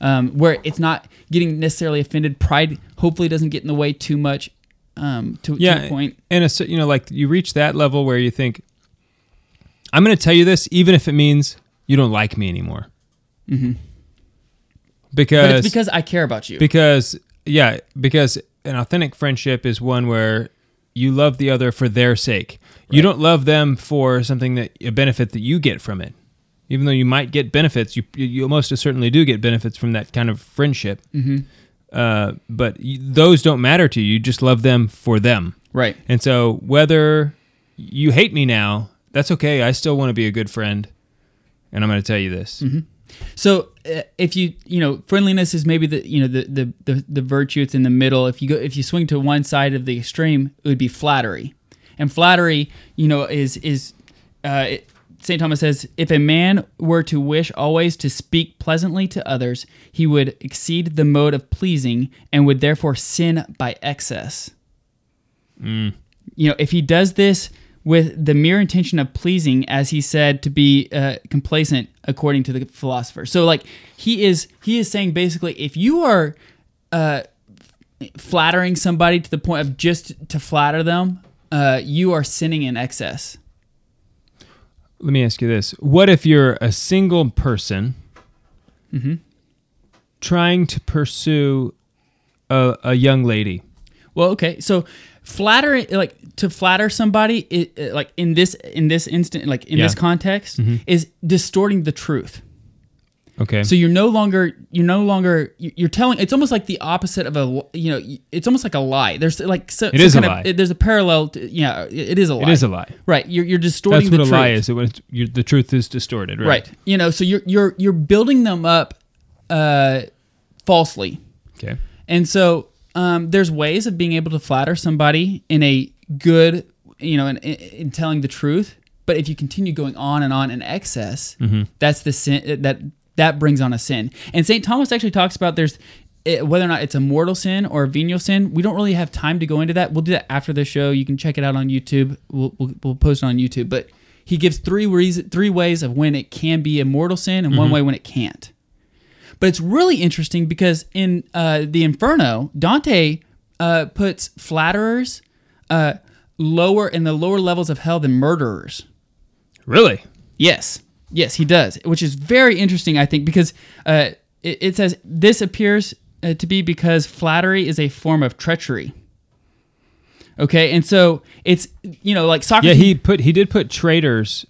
S9: um, where it's not getting necessarily offended. Pride hopefully doesn't get in the way too much. Um, to, to a point,
S10: And a, cer- you know, like you reach that level where you think, I'm going to tell you this, even if it means you don't like me anymore. Because,
S9: Mm-hmm. but it's because I care about you.
S10: because, yeah, because an authentic friendship is one where you love the other for their sake. You don't love them for something that a benefit that you get from it. Even though you might get benefits, you you most certainly do get benefits from that kind of friendship.
S9: Mm-hmm.
S10: Uh, but you, those don't matter to you. You just love them for them.
S9: right.
S10: And so whether you hate me now, that's okay. I still want to be a good friend. And I'm going to tell you this.
S9: So uh, if you you know friendliness is maybe the you know the, the the the virtue it's in the middle. If you go if you swing to one side of the extreme, it would be flattery, and flattery you know is is uh, it, Saint Thomas says if a man were to wish always to speak pleasantly to others, he would exceed the mode of pleasing and would therefore sin by excess you know, if he does this with the mere intention of pleasing, as he said, to be uh, complacent, according to the philosopher. So, like, he is he is saying basically, if you are uh, flattering somebody to the point of just to flatter them, uh, you are sinning in excess.
S10: Let me ask you this. What if you're a single person
S9: Mm-hmm.
S10: trying to pursue a, a young lady?
S9: Well, okay, so flatter like to flatter somebody, it, uh, like in this in this instant, like in
S10: Yeah.
S9: this context, is distorting the truth.
S10: Okay.
S9: So you're no longer you're no longer you- you're telling. It's almost like the opposite of a li- you know. It's almost like a lie. There's like so,
S10: It
S9: some
S10: is a
S9: kind
S10: lie.
S9: Of, it- there's a parallel. To, yeah, it- it is a lie.
S10: it is a lie.
S9: Right. You're you're distorting.
S10: That's what
S9: the
S10: a
S9: truth.
S10: lie is. It, when it's, you the truth is distorted, right?
S9: Right. You know. So you're you're you're building them up, uh, falsely.
S10: Okay.
S9: And so um, there's ways of being able to flatter somebody in a good, you know, in, in, in telling the truth. But if you continue going on and on in excess, that's the sin that that brings on a sin. And Saint Thomas actually talks about there's eh, whether or not it's a mortal sin or a venial sin. We don't really have time to go into that. We'll do that after the show. You can check it out on YouTube. We'll we'll, we'll post it on YouTube. But he gives three reason, three ways of when it can be a mortal sin and one way when it can't. But it's really interesting because in uh, the Inferno, Dante uh, puts flatterers uh, lower in the lower levels of hell than murderers.
S10: Really?
S9: Yes, yes, he does, which is very interesting, I think, because uh, it, it says this appears uh, to be because flattery is a form of treachery. Okay, and so it's you know like
S10: Yeah,
S9: Socrates.
S10: he put he did put traitors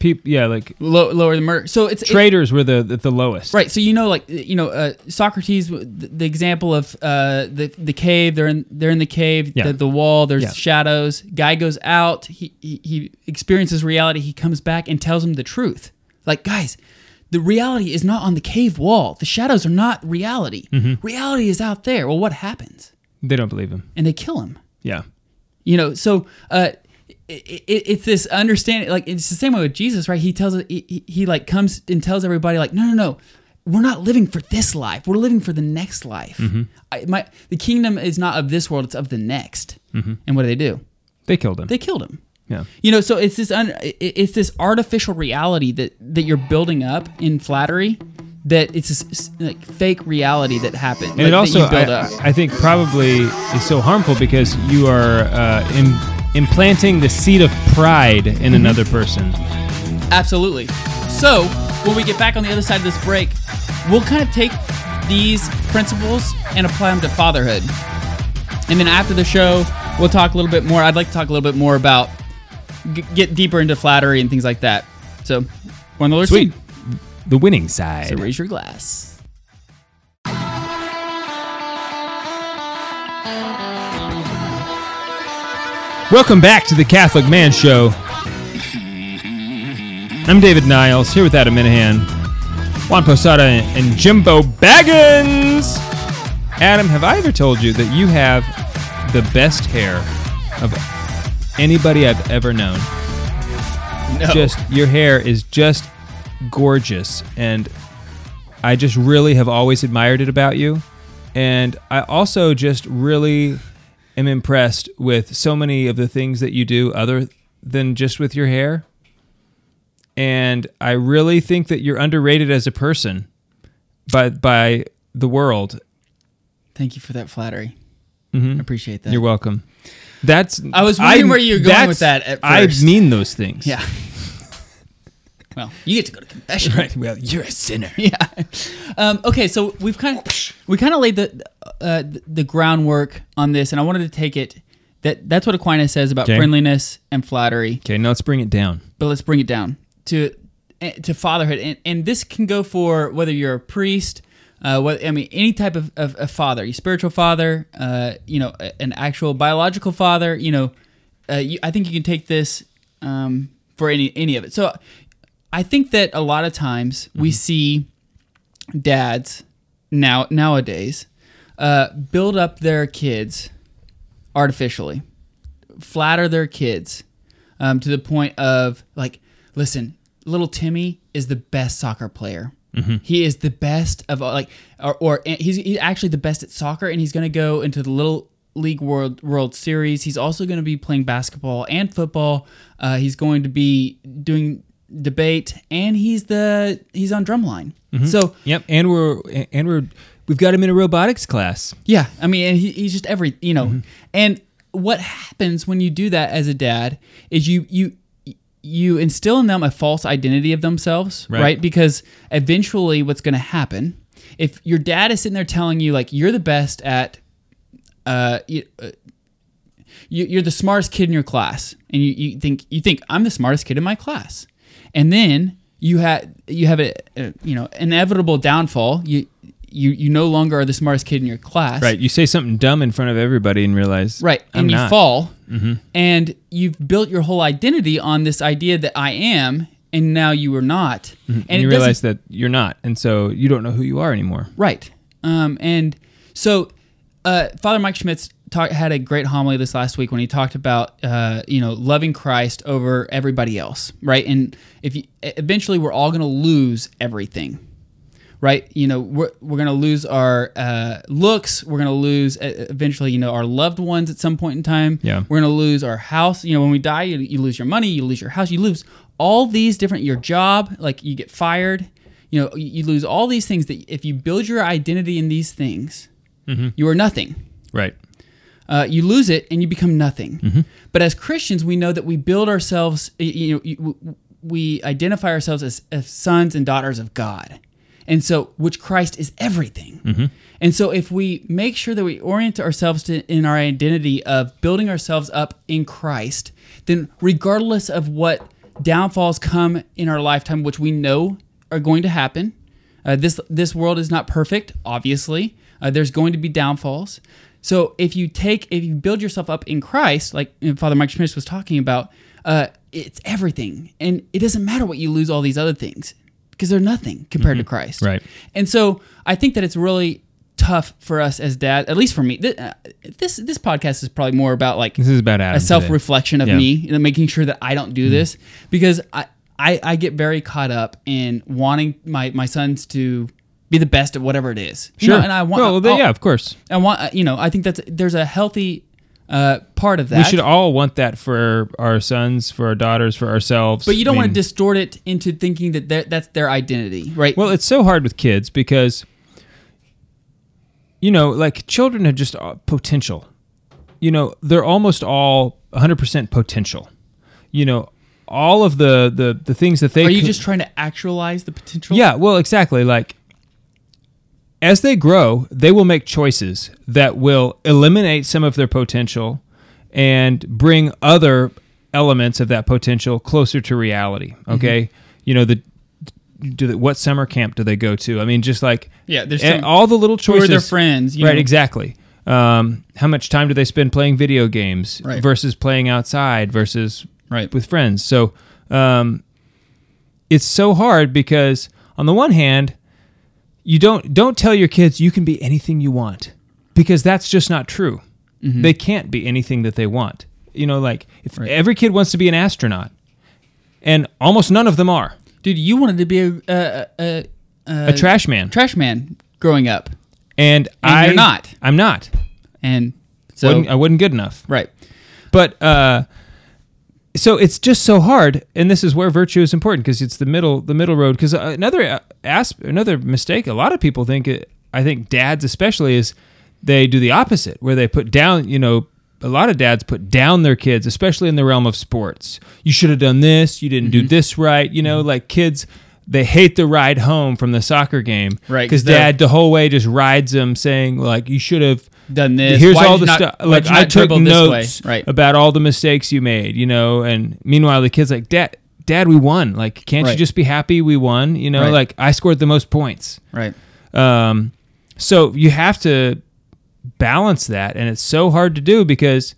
S10: people, yeah, like
S9: low, lower the murder. So it's
S10: traders were the, the the lowest.
S9: Right. So you know, like you know, uh, Socrates, the, the example of uh, the the cave. They're in they're in the cave.
S10: Yeah.
S9: The, the wall. There's
S10: Yeah.
S9: shadows. Guy goes out. He, he he experiences reality. He comes back and tells him the truth. Like guys, the reality is not on the cave wall. The shadows are not reality.
S10: Mm-hmm.
S9: Reality is out there. Well, what happens?
S10: They don't believe him.
S9: And they kill him.
S10: Yeah.
S9: You know, so uh, it, it, it's this understanding. Like it's the same way with Jesus, right? He tells he, he he like comes and tells everybody like, no, no, no, we're not living for this life. We're living for the next life.
S10: Mm-hmm.
S9: I, my the kingdom is not of this world; it's of the next.
S10: Mhm.
S9: And what do they do?
S10: They killed him.
S9: They killed him.
S10: Yeah.
S9: You know, so it's this un, it- it's this artificial reality that that you're building up in flattery. That it's this like fake reality that happened.
S10: and it
S9: like, that you
S10: also
S9: build
S10: I,
S9: up.
S10: I think probably is so harmful because you are uh, Im- implanting the seed of pride in another person
S9: Absolutely. So, when we get back on the other side of this break, we'll kind of take these principles and apply them to fatherhood. And then after the show, we'll talk a little bit more. I'd like to talk a little bit more about g- get deeper into flattery and things like that. So, we're on the Lord's
S10: Sweet.
S9: team.
S10: the winning side
S9: So, raise your glass.
S10: welcome back to the catholic man show i'm david niles here with adam minahan juan posada and jimbo baggins adam have i ever told you that you have the best hair of anybody i've ever known
S9: No.
S10: just your hair is just gorgeous and i just really have always admired it about you and i also just really am impressed with so many of the things that you do other than just with your hair and i really think that you're underrated as a person by by the world
S9: Thank you for that flattery. I appreciate that.
S10: Mm-hmm. you're welcome that's
S9: I was wondering where you were going with
S10: that's-
S9: that at first.
S10: i mean those things
S9: Yeah. well, you get to go to confession.
S10: right well you're a sinner
S9: <laughs> yeah. Um, okay, so we've kind of we kind of laid the uh, the groundwork on this, and I wanted to take it that that's what Aquinas says about
S10: Okay.
S9: friendliness and flattery.
S10: okay now let's bring it down
S9: But let's bring it down to eh, to fatherhood, and and this can go for whether you're a priest. Uh, what, I mean, any type of, of, of father, your spiritual father, uh, you know, a- an actual biological father, you know, uh, you, I think you can take this um, for any any of it. So, I think that a lot of times we see dads now nowadays uh, build up their kids artificially, flatter their kids um, to the point of like, listen, little Timmy is the best soccer player. He is the best of all- like, or, or and he's, he's actually the best at soccer, and he's going to go into the little league world world series. He's also going to be playing basketball and football. Uh, he's going to be doing debate, and he's the he's on drumline. So
S10: Yep, and we're and we're we've got him in a robotics class.
S9: Yeah, I mean, and he, he's just every you know.
S10: Mm-hmm.
S9: And what happens when you do that as a dad is you you you instill in them a false identity of themselves,
S10: Right.
S9: right? Because eventually, what's going to happen if your dad is sitting there telling you like you're the best at uh, you, uh, you- you're the smartest kid in your class, and you, you think you think I'm the smartest kid in my class, and then you have you have a, a you know inevitable downfall. You you you no longer are the smartest kid in your class,
S10: Right, you say something dumb in front of everybody and realize
S9: Right,
S10: I'm
S9: and you
S10: not. Mm-hmm.
S9: fall, and you've built your whole identity on this idea that I am, and now you are not,
S10: Mm-hmm. and, you
S9: it doesn't-
S10: realize that you're not, and so you don't know who you are anymore.
S9: Right. Um, and so, uh, Father Mike Schmitz talk, had a great homily this last week when he talked about, uh, you know, loving Christ over everybody else, right? And if you, e-, eventually we're all going to lose everything, right? You know, we're, we're going to lose our uh, looks. We're going to lose uh, eventually, you know, our loved ones at some point in time.
S10: Yeah.
S9: We're going to lose our house. You know, when we die, you, you lose your money, you lose your house, you lose all these different, your job, like you get fired. You know, you, you lose all these things that if you build your identity in these things, you are nothing
S10: Right.
S9: uh, you lose it and you become nothing. But as Christians, we know that we build ourselves, y- you know, you- we identify ourselves as, as sons and daughters of God. And so, which Christ is everything. And so, if we make sure that we orient ourselves to, in our identity of building ourselves up in Christ, then regardless of what downfalls come in our lifetime, which we know are going to happen. Uh, this this world is not perfect, obviously. Uh, there's going to be downfalls. So if you take if you build yourself up in Christ, like you know, Father Mike Schmidt was talking about, uh, it's everything, and it doesn't matter what you lose all these other things because they're nothing compared to Christ.
S10: Mm-hmm. Right.
S9: And so I think that it's really tough for us as dad, at least for me. Th- uh, This this podcast is probably more about like
S10: This is about Adam
S9: a
S10: today.
S9: self reflection of
S10: Yeah. Mm-hmm.
S9: me and making sure that I don't do this because I, I I get very caught up in wanting my my sons to be the best at whatever it is. You know, and I want
S10: Well, they-
S9: I'll-
S10: yeah, of course.
S9: I want uh, you know I think that's there's a healthy uh, part of that.
S10: We should all want that for our sons, for our daughters, for ourselves.
S9: but you don't
S10: I
S9: want
S10: mean-
S9: to distort it into thinking that they're- that's their identity, right?
S10: Well, it's so hard with kids because, you know, like children are just uh, potential. You know, they're almost all 100% potential. You know, all of the the the things that they
S9: Are you
S10: could-
S9: just trying to actualize the potential?
S10: yeah, well, exactly. Like, as they grow, they will make choices that will eliminate some of their potential and bring other elements of that potential closer to reality.
S9: Mm-hmm.
S10: Okay, you know the. Do they, what summer camp do they go to? I mean, just like
S9: Yeah, there's
S10: and
S9: some-
S10: all the little
S9: who are
S10: choices.
S9: their friends, you
S10: right?
S9: know.
S10: Exactly. Um, how much time do they spend playing video games
S9: Right.
S10: versus playing outside versus
S9: Right.
S10: with friends? So um, it's so hard because on the one hand you don't don't tell your kids you can be anything you want because that's just not true
S9: Mm-hmm.
S10: they can't be anything that they want you know like if every kid wants to be an astronaut and almost none of them are
S9: dude, you wanted to be a a, a, a,
S10: a trash man
S9: trash man growing up,
S10: and, i
S9: you're not.
S10: i'm not
S9: and so
S10: Wasn't- i wasn't good enough
S9: right.
S10: but uh so it's just so hard and this is where virtue is important because it's the middle the middle road because another uh, asp- another mistake a lot of people think uh, i think dads especially is they do the opposite where they put down you know a lot of dads put down their kids especially in the realm of sports you should have done this you didn't
S9: Mm-hmm.
S10: do this right you know like kids they hate the ride home from the soccer game
S9: Right, 'cause
S10: because
S9: they're-
S10: dad the whole way just rides them saying like you should have
S9: Done this.
S10: here's
S9: Why
S10: all
S9: did
S10: the
S9: you not-
S10: stuff
S9: why'd
S10: like
S9: you not
S10: i took
S9: dribble this way?
S10: notes
S9: Right.
S10: about all the mistakes you made, you know. And meanwhile, the kid's like, Dad, Dad, we won. Like, can't
S9: Right.
S10: you just be happy we won? You know,
S9: Right.
S10: like I scored the most points.
S9: Right.
S10: Um, so you have to balance that, and it's so hard to do because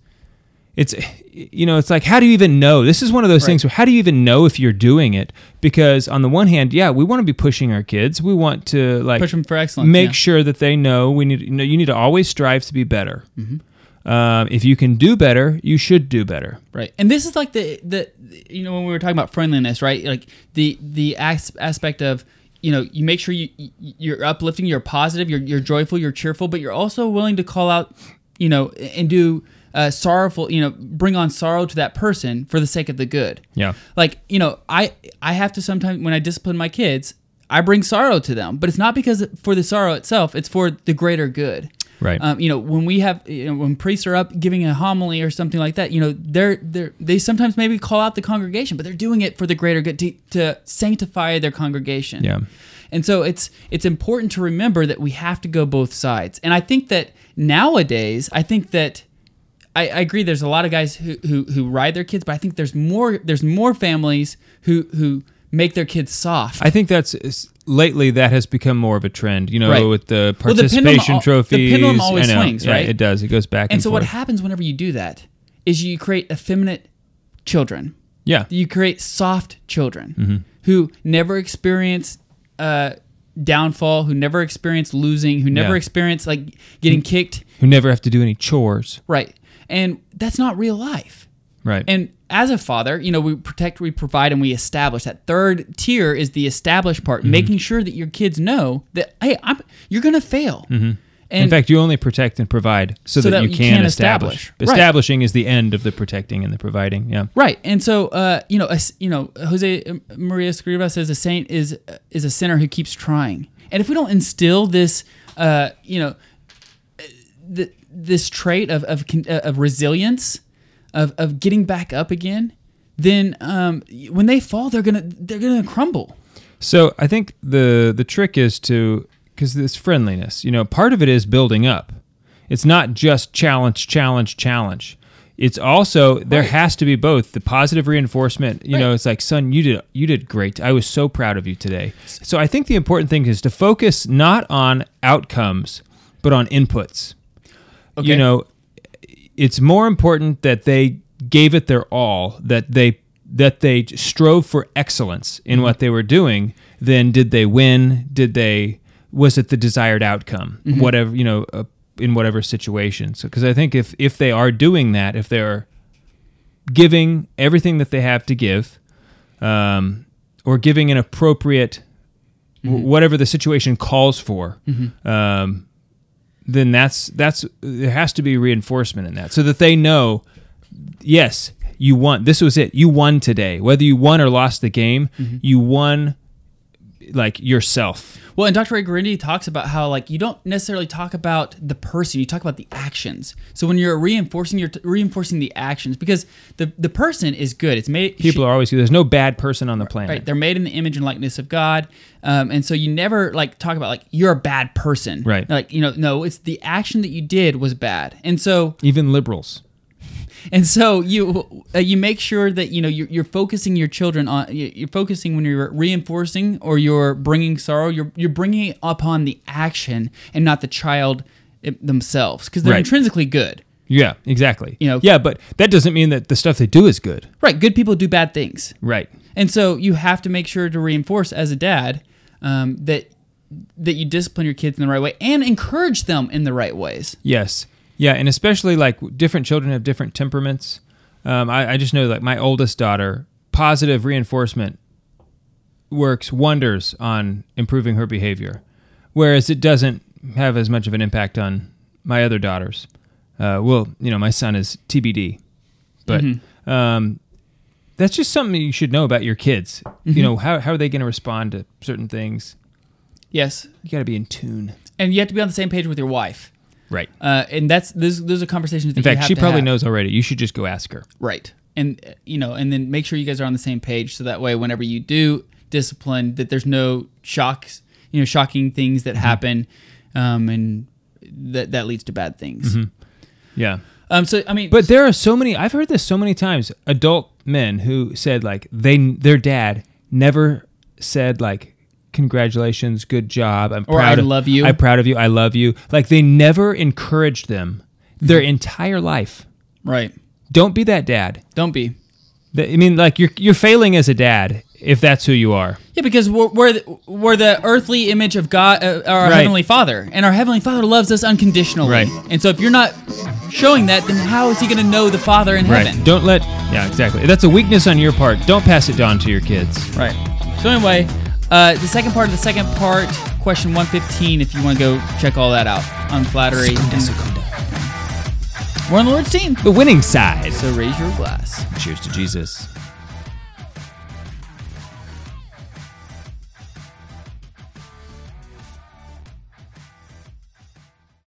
S10: it's, you know, it's like how do you even know? This is one of those things where how do you even know if you're doing it? Because on the one hand, yeah, we want to be pushing our kids. We want to like
S9: Push 'em for excellence,
S10: Make
S9: yeah.
S10: sure that they know we need. You know, you need to always strive to be better.
S9: Mm-hmm.
S10: Um, if you can do better, you should do better.
S9: Right. And this is like the the you know when we were talking about friendliness, right? Like the the as- aspect of you know you make sure you you- you're uplifting, you're positive, you're you're joyful, you're cheerful, but you're also willing to call out, you know, and do uh, sorrowful, you know, bring on sorrow to that person for the sake of the good.
S10: Yeah.
S9: Like you know, I I have to sometimes when I discipline my kids. I bring sorrow to them, but it's not because for the sorrow itself; it's for the greater good.
S10: Right.
S9: Um, you know, when we have, you know, when priests are up giving a homily or something like that, you know, they're they're they sometimes maybe call out the congregation, but they're doing it for the greater good to, to sanctify their congregation.
S10: Yeah.
S9: And so it's it's important to remember that we have to go both sides. And I think that nowadays, I think that I, I agree. There's a lot of guys who, who who ride their kids, but I think there's more there's more families who who make their kids soft.
S10: I think that's is- lately that has become more of a trend. You know,
S9: Right.
S10: with the
S9: Well, the pendulum
S10: participation
S9: al- the
S10: trophies.
S9: pendulum always
S10: I know.
S9: swings,
S10: Yeah,
S9: right?
S10: It does. It goes back and,
S9: and so what
S10: forth.
S9: happens whenever you do that is you create effeminate children.
S10: Yeah. Mm-hmm.
S9: you create soft children who never experience uh, downfall, who never experience losing, who never
S10: Yeah. Mm.
S9: experience like getting kicked.
S10: Who never have to do any chores.
S9: Right. And that's not real life.
S10: Right.
S9: And as a father, you know, we protect, we provide, and we establish. That third tier is the established
S10: Mm-hmm.
S9: part, making sure that your kids know that, hey, I'm, you're going to fail.
S10: Mm-hmm.
S9: And
S10: in fact, you only protect and provide so, that, you can, establish.
S9: Right.
S10: Establishing is the end of the protecting and the providing. Yeah.
S9: Right, and so uh, you know, a s you know, Jose Maria Escrivá says a saint is is a sinner who keeps trying. And if we don't instill this, uh, you know, th- this trait of of, con- uh, of resilience, of of getting back up again, then um, when they fall, they're gonna they're gonna crumble.
S10: So I think the the trick is to because this friendliness, you know, part of it is building up. It's not just challenge, challenge, challenge. it's also there has to be both the positive reinforcement. You know, it's like, son, you did you did great. I was so proud of you today. So I think the important thing is to focus not on outcomes, but on inputs. You
S9: Okay.
S10: know, it's more important that they gave it their all, that they that they strove for excellence in what they were doing than did they win? Did they was it the desired outcome?
S9: Mhm.
S10: Whatever you know, uh, in whatever situation. So because I think if if they are doing that, if they're giving everything that they have to give, um, or giving an appropriate w- whatever the situation calls for.
S9: Mhm.
S10: Um, then that's that's there has to be reinforcement in that so that they know yes you won this was it you won today whether you won or lost the game
S9: Mm-hmm.
S10: you won like yourself
S9: Well, and Dr. Ray Grindy talks about how like you don't necessarily talk about the person, you talk about the actions. So when you're reinforcing, you're t- reinforcing the actions because the the person is good. It's made
S10: people are always there's no bad person on the planet
S9: Right, they're made in the image and likeness of God, um, and so you never like talk about like you're a bad person,
S10: Right.
S9: Like you know, no, it's the action that you did was bad, and so
S10: even liberals
S9: and so you uh, you make sure that you know you're, you're focusing your children on you- you're focusing when you're reinforcing or you're bringing sorrow you're you're bringing it upon the action and not the child i- themselves because they're
S10: Right.
S9: intrinsically good
S10: yeah exactly
S9: You know-
S10: yeah but that doesn't mean that the stuff they do is good
S9: right good people do bad things
S10: right
S9: and so you have to make sure to reinforce as a dad um, that that you discipline your kids in the right way and encourage them in the right ways
S10: Yes. Yeah, and especially like different children have different temperaments. Um, I, I just know like my oldest daughter, positive reinforcement works wonders on improving her behavior, whereas it doesn't have as much of an impact on my other daughters. Uh, well, you know, my son is TBD, but
S9: Mhm.
S10: um, that's just something you should know about your kids.
S9: Mhm.
S10: You know, how, how are they going to respond to certain things?
S9: yes
S10: You got to be in tune.
S9: and you have to be on the same page with your wife
S10: Right.
S9: uh, and that's those those are conversations that
S10: In
S9: you
S10: fact,
S9: have
S10: she
S9: to
S10: probably
S9: have.
S10: knows already. You should just go ask her.
S9: Right. And uh, you know, and then make sure you guys are on the same page so that way whenever you do discipline that there's no shocks, you know, shocking things
S10: Mm-hmm.
S9: that happen um and that that leads to bad things.
S10: Mhm. Yeah.
S9: Um so I mean
S10: But there are so many. I've heard this so many times. Adult men who said like they their dad never said like congratulations, good job, I'm
S9: Or,
S10: proud.
S9: "I
S10: of,
S9: love you."
S10: I'm proud of you. I love you. Like they never encouraged them their entire life.
S9: right.
S10: Don't be that dad.
S9: Don't be.
S10: Th- I mean, like you're you're failing as a dad if that's who you are.
S9: Yeah, because we're we're the, we're the earthly image of God, uh, our
S10: Right.
S9: heavenly Father, and our heavenly Father loves us unconditionally.
S10: Right.
S9: And so, if you're not showing that, then how is He going to know the Father in heaven?
S10: Right. Don't let. Yeah, exactly. That's a weakness on your part. Don't pass it down to your kids.
S9: Right. So anyway, uh, the second part of the second part, question 115, if you want to go check all that out on flattery. We're on the Lord's team.
S10: The winning side.
S9: So raise your glass.
S10: Cheers to Jesus.